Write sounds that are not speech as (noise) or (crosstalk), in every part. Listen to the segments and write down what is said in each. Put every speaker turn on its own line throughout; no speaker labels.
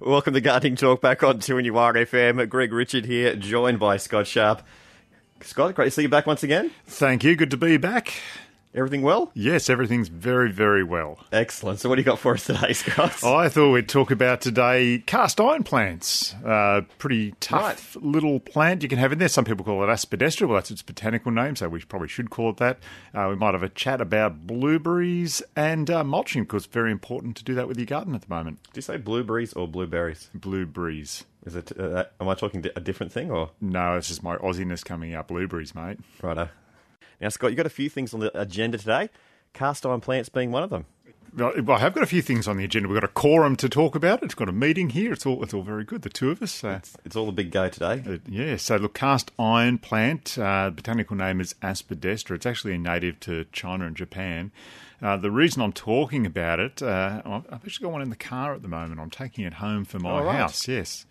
Welcome to Gardening Talk back on 2NURFM. Greg Richard here, joined by Scott Sharp. Scott, great to see you back once again.
Thank you. Good to be back.
Everything well?
Yes, everything's very, very well.
Excellent. So, what do you got for us today, Scott?
I thought we'd talk about today cast iron plants. Uh, pretty tough little plant you can have in there. Some people call it aspidestra. Well, that's its botanical name, so we probably should call it that. Uh, we might have a chat about blueberries and uh, mulching because it's very important to do that with your garden at the moment.
Do you say blueberries or blueberries?
Blueberries.
Is it? Uh, that- am I talking di- a different thing or
No, it's just my Aussiness coming up. Blueberries, mate.
righto? Now, Scott, you got a few things on the agenda today. Cast iron plants being one of them.
Well, I have got a few things on the agenda. We've got a quorum to talk about. It's got a meeting here. It's all it's all very good. The two of us. Uh,
It's all a big go today.
Uh, yeah, so look, cast iron plant, uh, botanical name is Aspidestra. It's actually a native to China and Japan. Uh, the reason I'm talking about it, uh, I've I've actually got one in the car at the moment. I'm taking it home for my
Oh, right.
house, yes.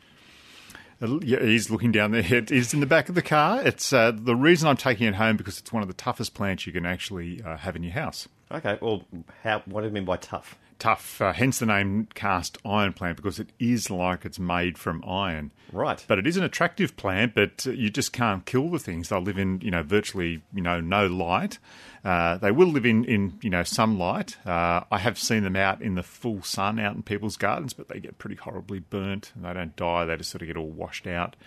Uh, l- Yeah, he's looking down there. (laughs) It is in the back of the car. It's uh, the reason I'm taking it home because it's one of the toughest plants you can actually uh, have in your house.
Okay. Well, how? What do you mean by tough?
Tough, uh, hence the name cast iron plant because it is like it's made from iron.
Right.
But it is an attractive plant, but you just can't kill the things. They'll live in, you know, virtually, you know, no light. Uh, they will live in, in you know, some light. Uh, I have seen them out in the full sun out in people's gardens, but they get pretty horribly burnt and they don't die. They just sort of get all washed out.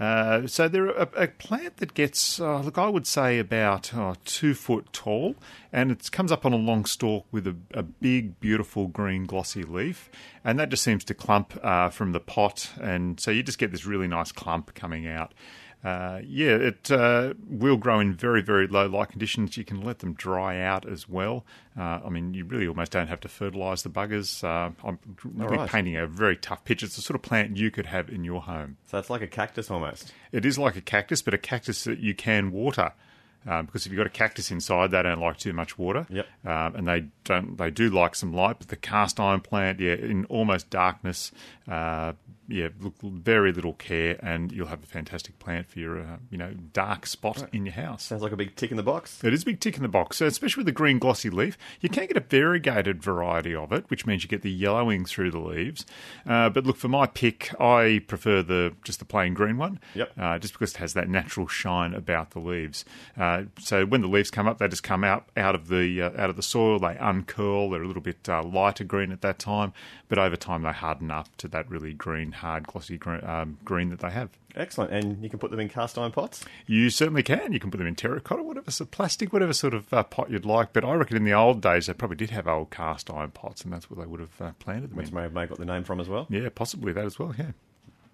Uh, so they're a, a plant that gets, uh, look, I would say about uh, two foot tall, and it comes up on a long stalk with a, a big, beautiful green glossy leaf, and that just seems to clump uh, from the pot, and so you just get this really nice clump coming out. Uh, yeah, it uh, will grow in very, very low light conditions. You can let them dry out as well. Uh, I mean, you really almost don't have to fertilise the buggers. Uh, I'm really
right.
painting a very tough picture. It's the sort of plant you could have in your home.
So it's like a cactus almost.
It is like a cactus, but a cactus that you can water. Um, because if you've got a cactus inside, they don't like too much water,
Yep.
um, and they don't. They do like some light, but the cast iron plant, yeah, in almost darkness, uh, yeah, look, very little care, and you'll have a fantastic plant for your, uh, you know, dark spot in your house.
Sounds like a big tick in the box.
It is a big tick in the box, so especially with the green glossy leaf. You can get a variegated variety of it, which means you get the yellowing through the leaves. Uh, but look, for my pick, I prefer the just the plain green one,
Yep.
uh, just because it has that natural shine about the leaves. Uh, so when the leaves come up, they just come out out of the uh, out of the soil. They uncurl. They're a little bit uh, lighter green at that time, but over time they harden up to that really green, hard, glossy green, um, green that they have.
Excellent. And you can put them in cast iron pots.
You certainly can. You can put them in terracotta, whatever, so plastic, whatever sort of uh, pot you'd like. But I reckon in the old days they probably did have old cast iron pots, and that's what they would have uh, planted them
Which
in.
may have may have got the name from as well.
Yeah, possibly that as well. Yeah,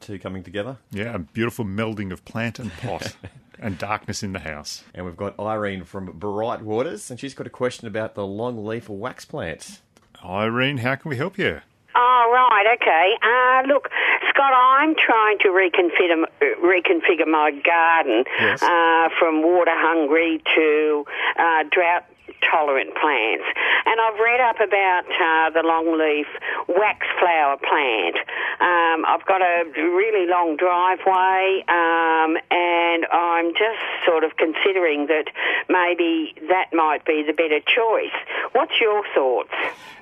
Two coming together.
yeah, a beautiful melding of plant and pot, and darkness in the house.
And we've got Irene from Bright Waters, and she's got a question about the longleaf wax plant.
Irene, how can we help you?
Oh, right, okay. Uh, look, Scott, I'm trying to reconfigure, reconfigure my garden
Yes.
uh, from water hungry to uh, drought tolerant plants. And I've read up about uh, the longleaf wax flower plant. Um, I've got a really long driveway, um, and I'm just sort of considering that maybe that might be the better choice. What's your thoughts?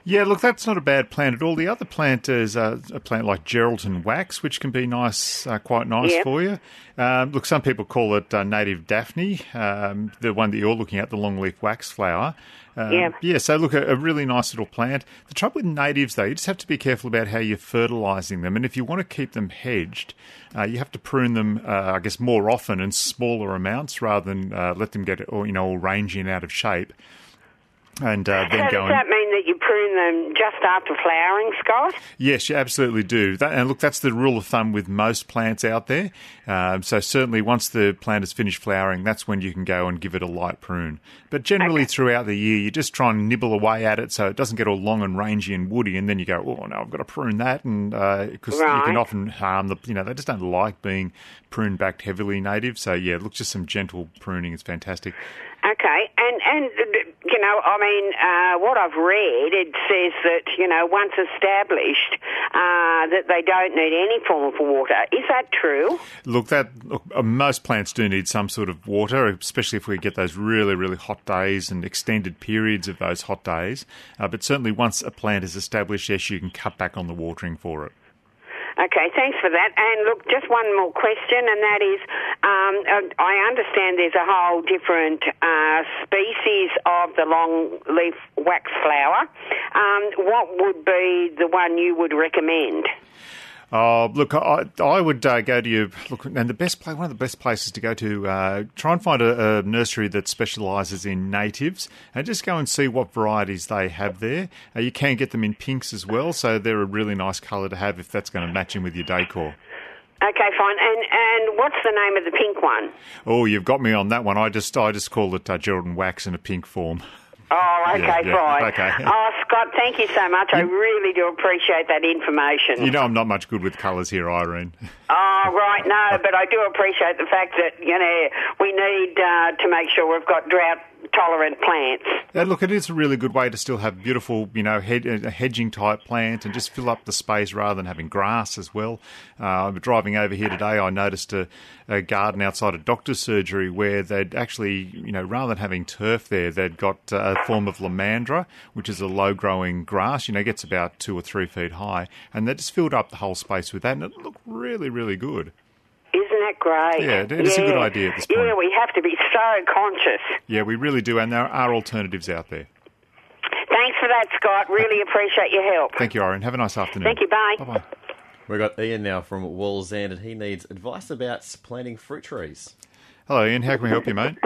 Yeah, look, that's not a bad plant at all. The other plant is uh, a plant like Geraldton wax, which can be nice, uh, quite nice
Yep.
for you. Um, look, some people call it uh, native Daphne, um, the one that you're looking at, the longleaf wax flower. Um,
Yep.
Yeah, so look, a, a really nice little plant. The trouble with natives, though, you just have to be careful about how you're fertilising them. And if you want to keep them hedged, uh, you have to prune them, uh, I guess, more often in smaller amounts rather than uh, let them get all, you know, all rangy and out of shape. And
(laughs)
uh, then
So
go and
does that mean that you prune them just after flowering, Scott?
Yes, you absolutely do. That, and look, that's the rule of thumb with most plants out there. Um, so certainly, once the plant has finished flowering, that's when you can go and give it a light prune. But generally, throughout the year, you just try and nibble away at it so it doesn't get all long and rangy and woody, and then you go, oh no, I've got to prune that, and because you can
Right.
often harm the, you know, they just don't like being pruned back heavily native. So yeah, look, just some gentle pruning is fantastic.
Okay, and and you know, I mean, uh, what I've read, it says that you know, once established, uh, that they don't need any form of water. Is that true?
Look, that look, uh, most plants do need some sort of water, especially if we get those really, really hot days and extended periods of those hot days. Uh, but certainly, once a plant is established, yes, you can cut back on the watering for it.
Okay, thanks for that. And look, just one more question, and that is um, uh, I understand there's a whole different uh, species of the longleaf wax flower. Um, what would be the one you would recommend?
Oh, look, I, I would uh, go to you. Look, and the best place, one of the best places to go to, uh, try and find a, a nursery that specialises in natives, and just go and see what varieties they have there. Uh, you can get them in pinks as well, so they're a really nice colour to have if that's going to match in with your decor.
Okay, fine. And and what's the name of the pink one?
Oh, you've got me on that one. I just, I just call it uh, Geraldine wax in a pink form. (laughs)
Oh, okay,
Yeah, yeah,
fine.
okay.
Oh, Scott, thank you so much. I really do appreciate that information.
You know, I'm not much good with colours here, Irene.
Oh, right, no, but I do appreciate the fact that, you know, we need uh, to make sure we've got drought tolerant plants.
(laughs) Yeah, look, it is a really good way to still have beautiful, you know, hed- a hedging type plant and just fill up the space rather than having grass as well. Uh, driving over here today, I noticed a, a garden outside a doctor's surgery where they'd actually, you know, rather than having turf there, they'd got uh, a form of lamandra, which is a low growing grass, you know, gets about two or three feet high. And they just filled up the whole space with that and it looked really, really good.
Isn't that great?
Yeah, it is a good idea at this point.
Yeah, we have to be so conscious.
Yeah, we really do. And there are alternatives out there.
Thanks for that, Scott. Really appreciate your help.
Thank you, Irene. Have a nice afternoon.
Thank you, bye.
Bye bye.
We've got Ian now from Wall's End, and he needs advice about planting fruit trees.
Hello, Ian. How can we help you, mate?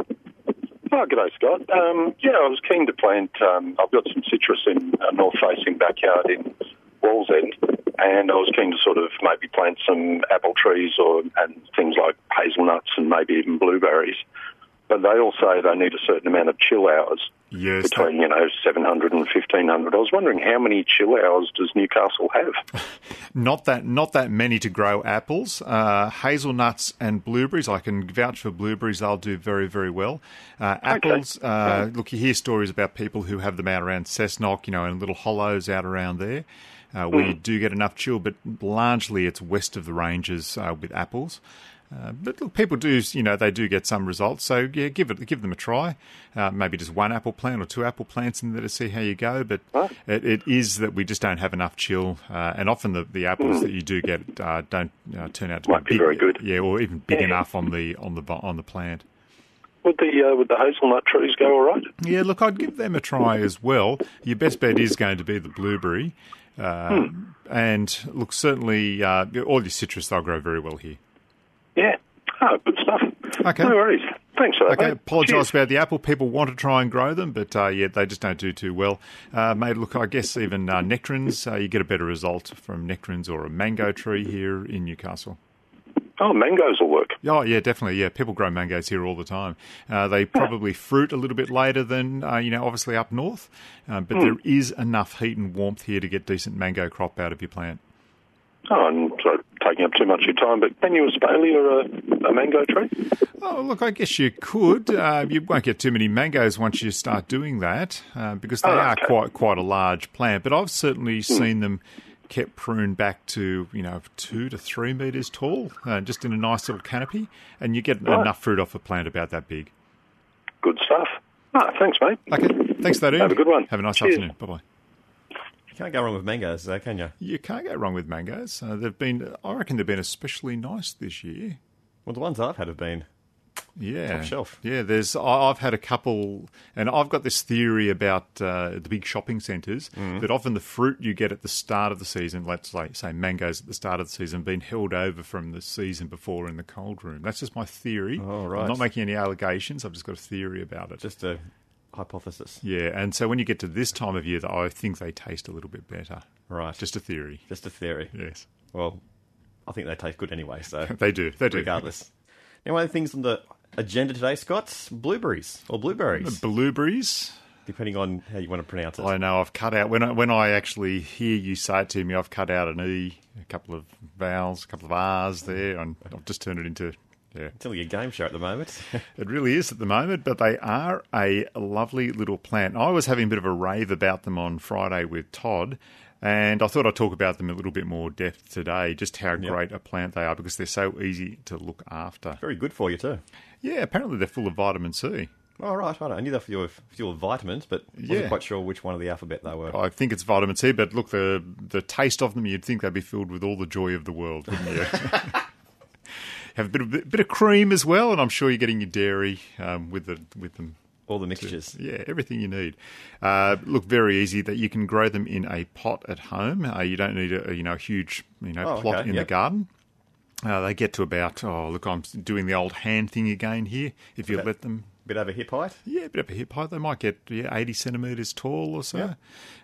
Oh, good day, Scott. Um, yeah, I was keen to plant. Um, I've got some citrus in a north-facing backyard in Wallsend, and I was keen to sort of maybe plant some apple trees or and things like hazelnuts and maybe even blueberries. But they all say they need a certain amount of chill hours
Yes.
between you know 700 and 1500. I was wondering how many chill hours does Newcastle have?
(laughs) Not that, not that many to grow apples, uh, hazelnuts and blueberries. I can vouch for blueberries; they'll do very, very well. Uh, apples. Uh, look, you hear stories about people who have them out around Cessnock, you know, in little hollows out around there, uh, where you
Mm.
do get enough chill. But largely, it's west of the ranges uh, with apples. Uh, but look, people do, you know, they do get some results. So yeah, give it, give them a try. Uh, maybe just one apple plant or two apple plants in there to see how you go. But it, it is that we just don't have enough chill, uh, and often the, the apples that you do get uh, don't uh, turn out to
Might Hmm. be
big,
very good.
Yeah, or even big enough on the on the vi- on the plant.
Would the uh, would the hazelnut trees go all right?
Yeah, look, I'd give them a try as well. Your best bet is going to be the blueberry, uh,
Hmm.
and look, certainly uh, all your citrus they'll grow very well here.
Yeah. Oh, good stuff.
Okay.
No worries. Thanks for that.
Okay,
mate.
apologise
Cheers.
about the apple. People want to try and grow them, but uh, yeah, they just don't do too well. Uh, mate, look, I guess even uh, nectarines, uh, you get a better result from nectarines or a mango tree here in Newcastle.
Oh, mangoes will work.
Oh, yeah, definitely. Yeah, people grow mangoes here all the time. Uh, they probably fruit a little bit later than, uh, you know, obviously up north, um, but there is enough heat and warmth here to get decent mango crop out of your plant.
Oh, I'm sorry, taking up too much of your time, but can you espalier a, a mango tree?
Oh, look, I guess you
(laughs)
could. Uh, you won't get too many mangoes once you start doing that uh, because they
Oh,
are
okay. Hmm.
quite quite a large plant. But I've certainly seen them kept pruned back to you know two to three meters tall, uh, just in a nice little canopy, and you get enough fruit off a plant about that big.
Good stuff. Ah, thanks, mate.
Okay, thanks for that. Ian.
Have a good one.
Have a nice
Cheers.
afternoon. Bye bye.
You can't go wrong with mangoes, though, can you?
You can't go wrong with mangoes. Uh, they've been, I reckon, they've been especially nice this year.
Well, the ones I've had have been.
Yeah,
Top shelf.
Yeah, there's. I- I've had a couple, and I've got this theory about uh, the big shopping centres
Mm-hmm.
that often the fruit you get at the start of the season, let's say, say mangoes at the start of the season, being held over from the season before in the cold room. That's just my theory.
Oh, right.
I'm not making any allegations. I've just got a theory about it.
Just a hypothesis.
yeah, and so when you get to this time of year, I think they taste a little bit better.
Right. Just,
Just a theory.
just a theory.
Yes,
Well, I think they taste good anyway, so
they do. They do.
regardless. Now, one of the things on the agenda today, Scott, blueberries or blueberries,
Blueberries.
depending on how you want to pronounce it.
Mm. I know I've cut out when I, when I actually hear you say it to me, I've cut out an e, a couple of vowels, a couple of r's there, and I've just turned it into yeah.
Until your game show at the moment. (laughs)
It really is at the moment, but they are a lovely little plant. I was having a bit of a rave about them on Friday with Todd. And I thought I'd talk about them a little bit more depth today, just how great a plant they are because they're so easy to look after.
Very good for you, too.
Yeah, apparently they're full of vitamin C.
All right, right. I knew that for your for your vitamins, but wasn't
Yeah.
quite sure which one of the alphabet they were.
I think it's vitamin C, but look, the the taste of them, you'd think they'd be filled with all the joy of the world,
(laughs)
wouldn't you? Have a bit of bit of cream as well, and I'm sure you're getting your dairy um, with the with them.
All the mixtures.
Yeah, everything you need. Uh, look, very easy that you can grow them in a pot at home. Uh, you don't need a you know huge you know
Oh,
plot
okay,
in
yep.
the garden. Uh, they get to about oh look, I'm doing the old hand thing again here. If you
Okay.
let them
Bit over hip height.
yeah, a bit of a hip height. They might get yeah, 80 centimetres tall or so.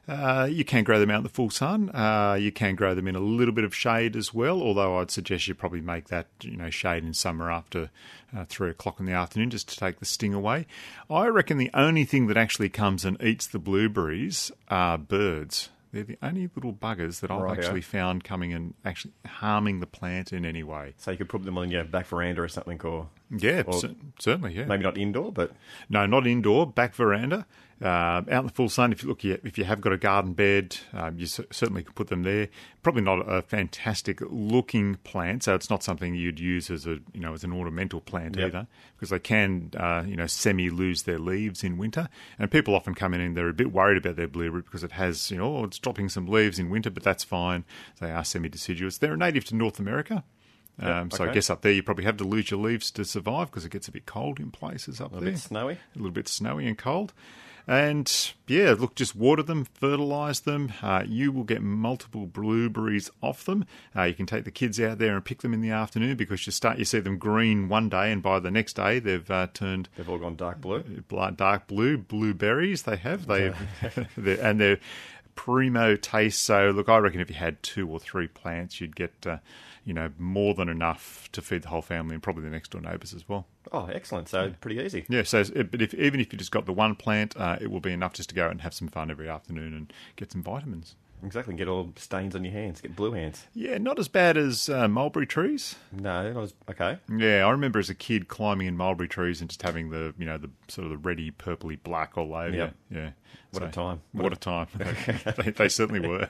Uh, you can grow them out in the full sun. Uh, you can grow them in a little bit of shade as well, although I'd suggest you probably make that you know shade in summer after uh, 3 o'clock in the afternoon just to take the sting away. I reckon the only thing that actually comes and eats the blueberries are birds. They're the only little buggers that I've
Right, yeah.
actually found coming and actually harming the plant in any way.
So you could put them on your back veranda or something, or
Yeah,
Or-
cer- certainly, yeah.
maybe not indoor, but
No, not indoor. Back veranda, uh, out in the full sun. If you look, you- if you have got a garden bed, um, you cer- certainly can put them there. Probably not a fantastic looking plant, so it's not something you'd use as a you know as an ornamental plant
Yep.
either, because they can uh, you know semi lose their leaves in winter. And people often come in and they're a bit worried about their blueberry because it has you know oh, it's dropping some leaves in winter, but that's fine. They are semi deciduous. They're native to North America. Um, So I
okay.
guess up there you probably have to lose your leaves to survive because it gets a bit cold in places up
a
there
bit snowy.
a little bit snowy and cold. And yeah, look, just water them, fertilize them. Uh, you will get multiple blueberries off them. Uh, you can take the kids out there and pick them in the afternoon because you start you see them green one day, and by the next day they've uh, turned
They've all gone dark blue.
bl- dark blue blueberries. They have they, (laughs) they're, and they're primo taste. So look, I reckon if you had two or three plants, you'd get uh, you know more than enough to feed the whole family and probably the next door neighbours as well.
Oh, excellent. So pretty easy.
Yeah, so it's- but if, even if you just got the one plant, uh, it will be enough just to go out and have some fun every afternoon and get some vitamins.
Exactly. Get all stains on your hands. Get blue hands.
Yeah, not as bad as uh, mulberry trees.
No, that was okay.
Yeah, I remember as a kid climbing in mulberry trees and just having the you know the sort of the reddy, purpley black all over.
Yep.
Yeah,
What a time.
What
(laughs)
a time! (laughs) they, they certainly were.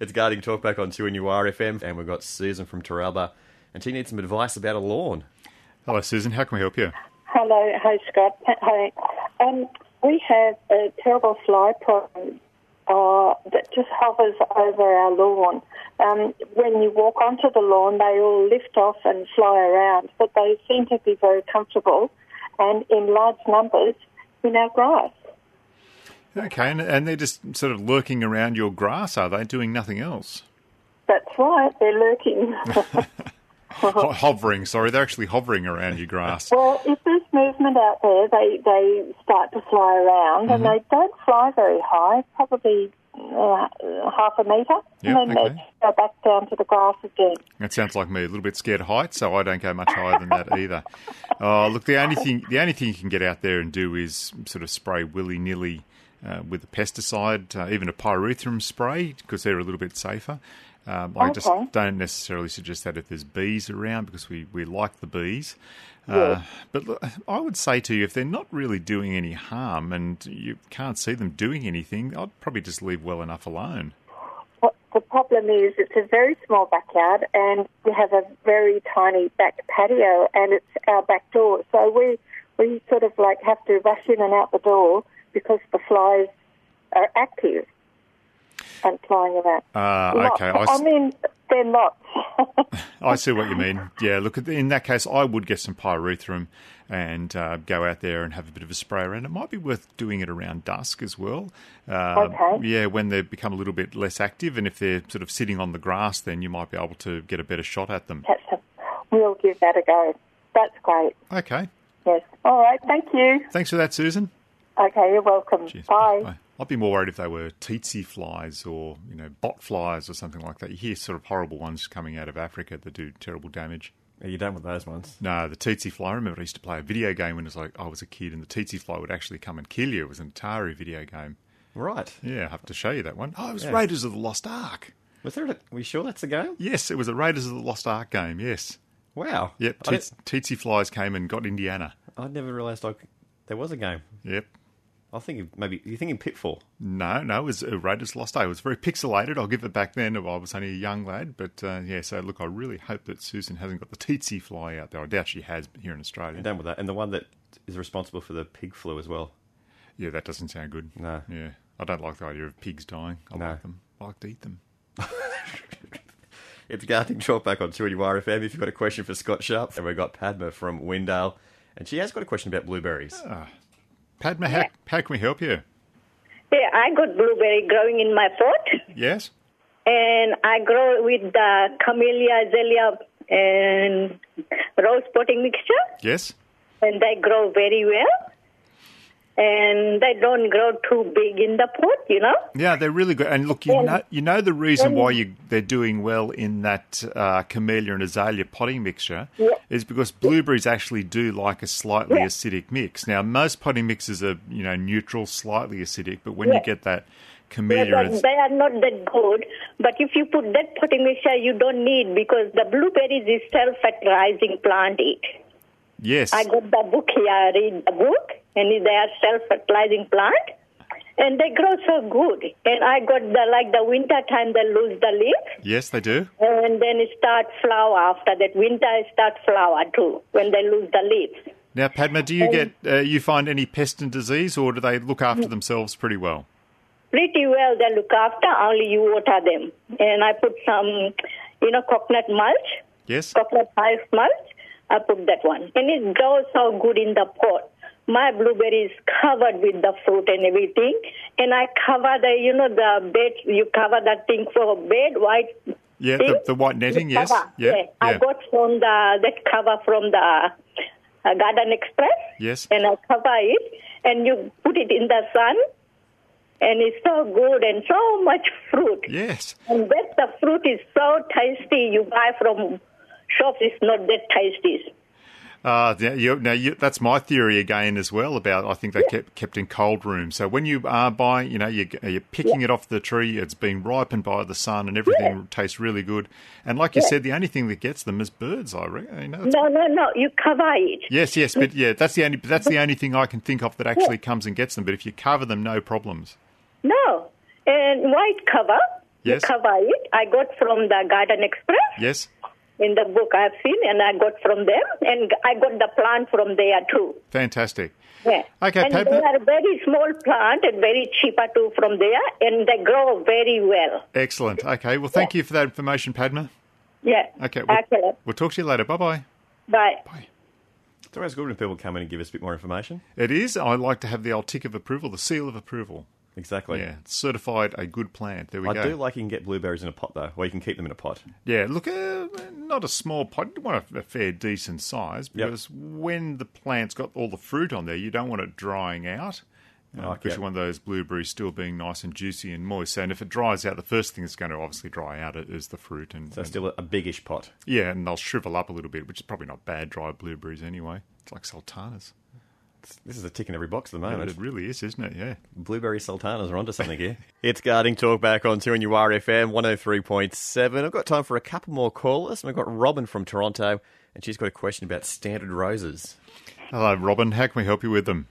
It's Guarding Talk back on 2NUR FM, and we've got Susan from Taralba, and she needs some advice about a lawn.
Hello, Susan. How can we help you?
Hello, hi Scott. Hi. Um, we have a terrible fly problem uh, that just hovers over our lawn. Um, when you walk onto the lawn, they all lift off and fly around, but they seem to be very comfortable and in large numbers in our grass.
Okay, and, and they're just sort of lurking around your grass, are they? Doing nothing else?
That's right, they're lurking. (laughs)
Ho- hovering. Sorry, they're actually hovering around your grass.
well, if there's movement out there, they, they start to fly around and
Mm-hmm.
they don't fly very high, probably uh, half a metre,
Yep,
and then
okay.
they go back down to the grass again.
That sounds like me, a little bit scared of height, so I don't go much higher than that either. Oh, look, the only thing the only thing you can get out there and do is sort of spray willy nilly uh, with a pesticide, uh, even a pyrethrum spray, because they're a little bit safer. Um, I just
Okay.
don't necessarily suggest that if there's bees around, because we, we like the bees. Uh, but look, I would say to you, if they're not really doing any harm and you can't see them doing anything, I'd probably just leave well enough alone.
What the problem is, it's a very small backyard, and we have a very tiny back patio, and it's our back door. So we we sort of like have to rush in and out the door because the flies are active and flying about.
Ah,
Lots.
okay, I
I,
s-
mean, they're (laughs) lots.
I see what you mean. Yeah, look, in that case, I would get some pyrethrum and uh, go out there and have a bit of a spray around. It might be worth doing it around dusk as well. Uh,
Okay.
Yeah, when they become a little bit less active, and if they're sort of sitting on the grass, then you might be able to get a better shot at them.
That's a, we'll give that a go. That's great.
Okay.
Yes. All right. Thank you.
Thanks for that, Susan.
Okay. You're welcome.
Cheers.
Bye.
I'd be more worried if they were tsetse flies or you know bot flies or something like that. You hear sort of horrible ones coming out of Africa that do terrible damage.
You don't want those ones.
No, the tsetse fly. I remember I used to play a video game when I was like I was a kid, and the tsetse fly would actually come and kill you. It was an Atari video game.
Right.
Yeah, I have to show you that one. Oh, it was
Yeah.
Raiders of the Lost Ark.
Was there? A, we sure that's the game?
Yes, it was a Raiders of the Lost Ark game. Yes.
Wow.
Yep.
I,
Ts- tsetse flies came and got Indiana.
didn't- I never realised I c- there was a game.
Yep.
I think it- maybe you're thinking Pitfall.
No, no, it was uh, Raiders of the Lost Ark. It was very pixelated. I'll give it back then. I was only a young lad, but uh, yeah. So look, I really hope that Susan hasn't got the tsetse fly out there. I doubt she has here in Australia.
Done with that. And the one that is responsible for the pig flu as well.
Yeah, that doesn't sound good.
No.
Yeah. I don't like the idea of pigs dying. I
No.
like them. I like to eat them.
It's Garthing Chalk back on 2NURFM if you've got a question for Scott Sharp. And we've got Padma from Windale, and she has got a question about blueberries.
Ah. Padma, how, how can we help you?
Yeah, I got blueberry growing in my pot,
Yes?
and I grow with the camellia, azalea, and rose potting mixture,
Yes?
and they grow very well. And they don't grow too big in the pot, you know.
Yeah, they're really good. And look, you know, you know the reason why you they're doing well in that uh, camellia and azalea potting mixture is because blueberries actually do like a slightly acidic mix. Now, most potting mixes are you know neutral, slightly acidic, but when you get that camellia,
But
and-
they are not that good. But if you put that potting mixture, you don't need because the blueberries is self-fertilizing plant. It.
yes,
I got the book here. I read the book, and they are self-fertilizing plant, and they grow so good. And I got the like the winter time they lose the leaf,
yes, they do.
and then it start flower after that. Winter it start flower too when they lose the leaves.
Now, Padma, do
Um,
you get uh, you find any pest and disease, or do they look after themselves pretty well?
Pretty well they look after. Only you water them, and I put some, you know, coconut mulch.
Yes,
coconut five mulch. I put that one, and it grows so good in the pot. My blueberry is covered with the fruit and everything, and I cover the you know the bed. You cover that thing for bed white.
yeah,
thing.
the, the white netting,
You
yes,
cover.
yeah,
I
yeah,
got from the that cover from the uh, Garden Express.
Yes.
and I cover it, and you put it in the sun, and it's so good and so much fruit.
yes.
And that the fruit is so tasty. You buy from shops, it's not that tasty.
Uh, yeah, you, now you, that's my theory again as well about I think they kept kept in cold rooms. So when you are buying, you know, you, you're picking it off the tree, it's been ripened by the sun and everything tastes really good. And like you said, the only thing that gets them is birds. I reckon. You know, it's-
No, no, no. You cover it.
Yes, yes, but yeah, that's the only that's
(laughs)
the only thing I can think of that actually comes and gets them. But if you cover them, no problems.
No. And white cover.
Yes.
You cover it. I got from the Garden Express
Yes,
in the book I've seen, and I got from them, and I got the plant from there too.
fantastic.
Yeah.
Okay,
and
Padma-
they are very small plant and very cheaper too from there, and they grow very well.
Excellent. Okay, well, thank you for that information, Padma.
Yeah.
Okay, we'll,
Excellent.
we'll talk to you later. Bye bye.
Bye.
It's always good when people come in and give us a bit more information.
It is. I like to have the old tick of approval, the seal of approval.
Exactly.
Yeah, certified a good plant. There we
I
go.
do like you can get blueberries in a pot, though, or you can keep them in a pot.
yeah, look, uh, not a small pot. You want a, a fair, decent size because when the plant's got all the fruit on there, you don't want it drying out. Uh,
Okay.
Because you want those blueberries still being nice and juicy and moist. And if it dries out, the first thing that's going to obviously dry out is the fruit. And,
So
and-
still a, a biggish pot.
yeah, and they'll shrivel up a little bit, which is probably not bad. Dry blueberries anyway. It's like sultanas.
This is a tick in every box at the
It
moment.
really is, isn't it? Yeah.
Blueberry sultanas are onto something here. (laughs) it's Guarding Talk back on 2NURFM 103.7. I've got time for a couple more callers. and We've got Robin from Toronto, and she's got a question about standard roses.
Hello, Robin. How can we help you with them?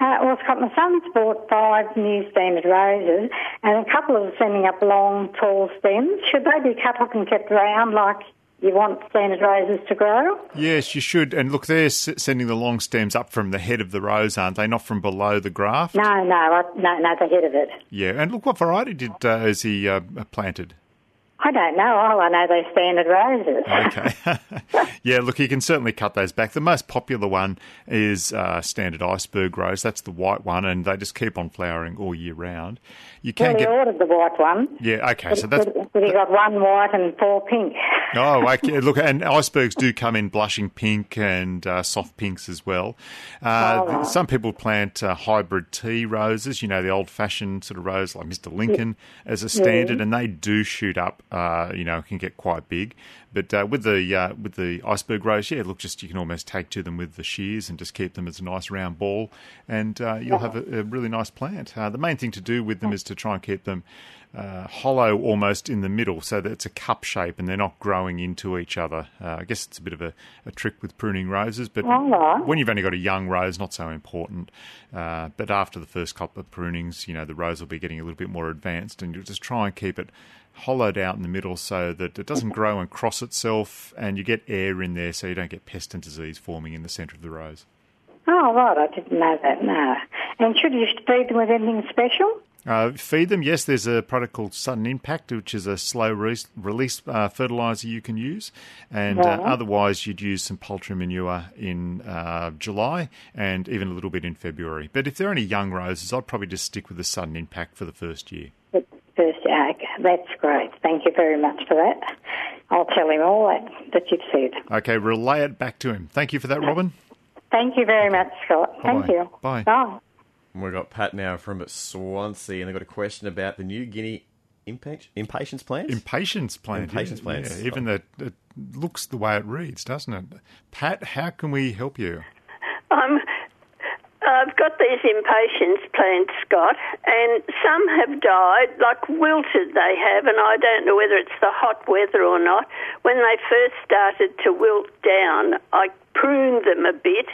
Uh, well, Scott, my son's bought five new standard roses, and a couple of them sending up long, tall stems. Should they be cut up and kept round like you want standard roses to grow?
Yes, you should. And look, they're s- sending the long stems up from the head of the rose, aren't they? Not from below the graft.
No, no, I, no, no, the head of it.
Yeah. And look, what variety did uh, is he uh, planted?
I don't know. All I know, they're standard roses. (laughs)
Okay. (laughs) yeah, look, you can certainly cut those back. The most popular one is uh, standard iceberg rose. That's the white one, and they just keep on flowering all year round. You
Well,
can
we
get.
ordered the white one.
Yeah, okay. So that's.
But- but he got one white and four pink.
Oh, okay. Look, and icebergs do come in blushing pink and uh, soft pinks as well. Uh, th- Some people plant uh, hybrid tea roses, you know, the old fashioned sort of rose like Mr. Lincoln as a standard, and they do shoot up, uh, you know, can get quite big. But uh, with the uh, with the iceberg rose, yeah, look, just you can almost take to them with the shears and just keep them as a nice round ball, and uh, you'll have a, a really nice plant. Uh, the main thing to do with them is to try and keep them uh, hollow almost in the middle so that it's a cup shape and they're not growing into each other. Uh, I guess it's a bit of a, a trick with pruning roses, but
right.
when you've only got a young rose, not so important. Uh, but after the first couple of prunings, you know, the rose will be getting a little bit more advanced and you'll just try and keep it hollowed out in the middle so that it doesn't grow and cross itself and you get air in there so you don't get pest and disease forming in the centre of the rose.
Oh, right, I didn't know that, no. And should you feed them with anything special?
Uh, feed them, yes, there's a product called Sudden Impact, which is a slow re- release uh, fertiliser you can use. And uh, otherwise, you'd use some poultry manure in uh, July and even a little bit in February. But if they're any young roses, I'd probably just stick with the Sudden Impact for the first year.
But First, yeah, okay, that's great. Thank you very much for that. I'll tell him all that, that you've said.
Okay, relay it back to him. Thank you for that, Robin.
Thank you very much, Scott. Thank
Bye-bye.
you.
Bye.
Bye.
And We've got Pat now from Swansea, and they've got a question about the New Guinea impa- impatience plants.
Impatience plant.
Impatience
yeah,
plants.
Yeah, even the, it looks the way it reads, doesn't it? Pat, how can we help you?
I'm, I've got these impatience plants, Scott, and some have died, like wilted they have, and I don't know whether it's the hot weather or not. When they first started to wilt down, I pruned them a bit,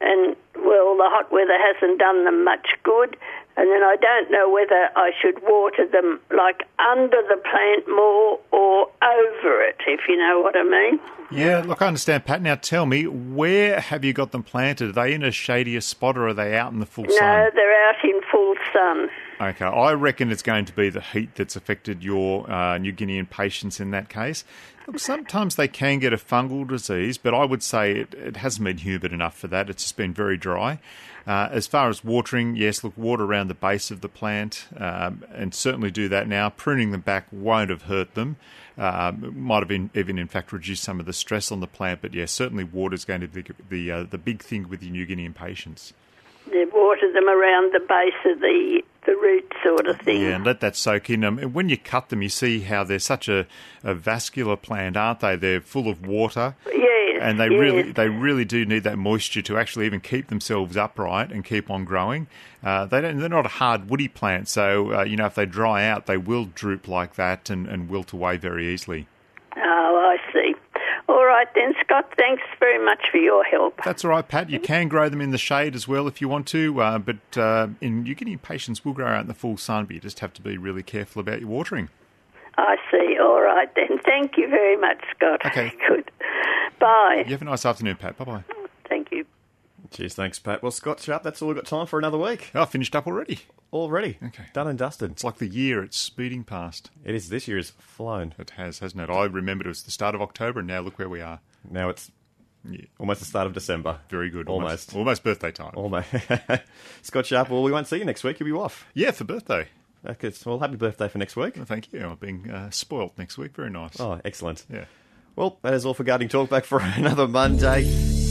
and well, the hot weather hasn't done them much good. And then I don't know whether I should water them like under the plant more or over it, if you know what I mean.
Yeah, look, I understand, Pat. Now tell me, where have you got them planted? Are they in a shadier spot or are they out in the full sun?
No, they're out in full sun.
Okay, I reckon it's going to be the heat that's affected your uh, New Guinean patients in that case. Look, sometimes they can get a fungal disease, but I would say it, it hasn't been humid enough for that. It's just been very dry. Uh, as far as watering, yes, look, water around the base of the plant um, and certainly do that now. Pruning them back won't have hurt them. Um, it might have in, even, in fact, reduced some of the stress on the plant, but yes, certainly water is going to be the, the, uh, the big thing with your New Guinean patients.
They water them around the base of the the root sort of thing.
Yeah, and let that soak in. Um, and when you cut them, you see how they're such a, a vascular plant, aren't they? They're full of water.
Yes,
And they
yes.
really, they really do need that moisture to actually even keep themselves upright and keep on growing. Uh, they don't, they're not a hard woody plant, so uh, you know if they dry out, they will droop like that and, and wilt away very easily.
Oh, I see. All right then, Scott. Thanks very much for your help.
That's all right, Pat. You can grow them in the shade as well if you want to, uh, but uh, in New Guinea patients will grow out in the full sun, but you just have to be really careful about your watering.
I see. All right then. Thank you very much, Scott.
Okay.
(laughs) Good. Bye.
You have a nice afternoon, Pat. Bye bye.
Thank you.
Cheers, thanks, Pat. Well, Scott, Sharp, that's all we've got time for another week.
Oh, I finished up already.
Already.
Okay.
Done and dusted.
It's like the year it's speeding past.
It is this year has flown.
It has, hasn't it? I remembered it was the start of October, and now look where we are.
Now it's
Yeah.
almost the start of December.
Very good.
Almost.
Almost birthday time.
Almost. (laughs) Scott Sharp, well, we won't see you next week. You'll be off.
Yeah, for birthday.
Okay, so, well, happy birthday for next week.
Well, Thank you. I'm being uh, spoilt next week. Very nice.
Oh, excellent.
Yeah.
Well, that is all for Guarding Talkback for (laughs) another Monday.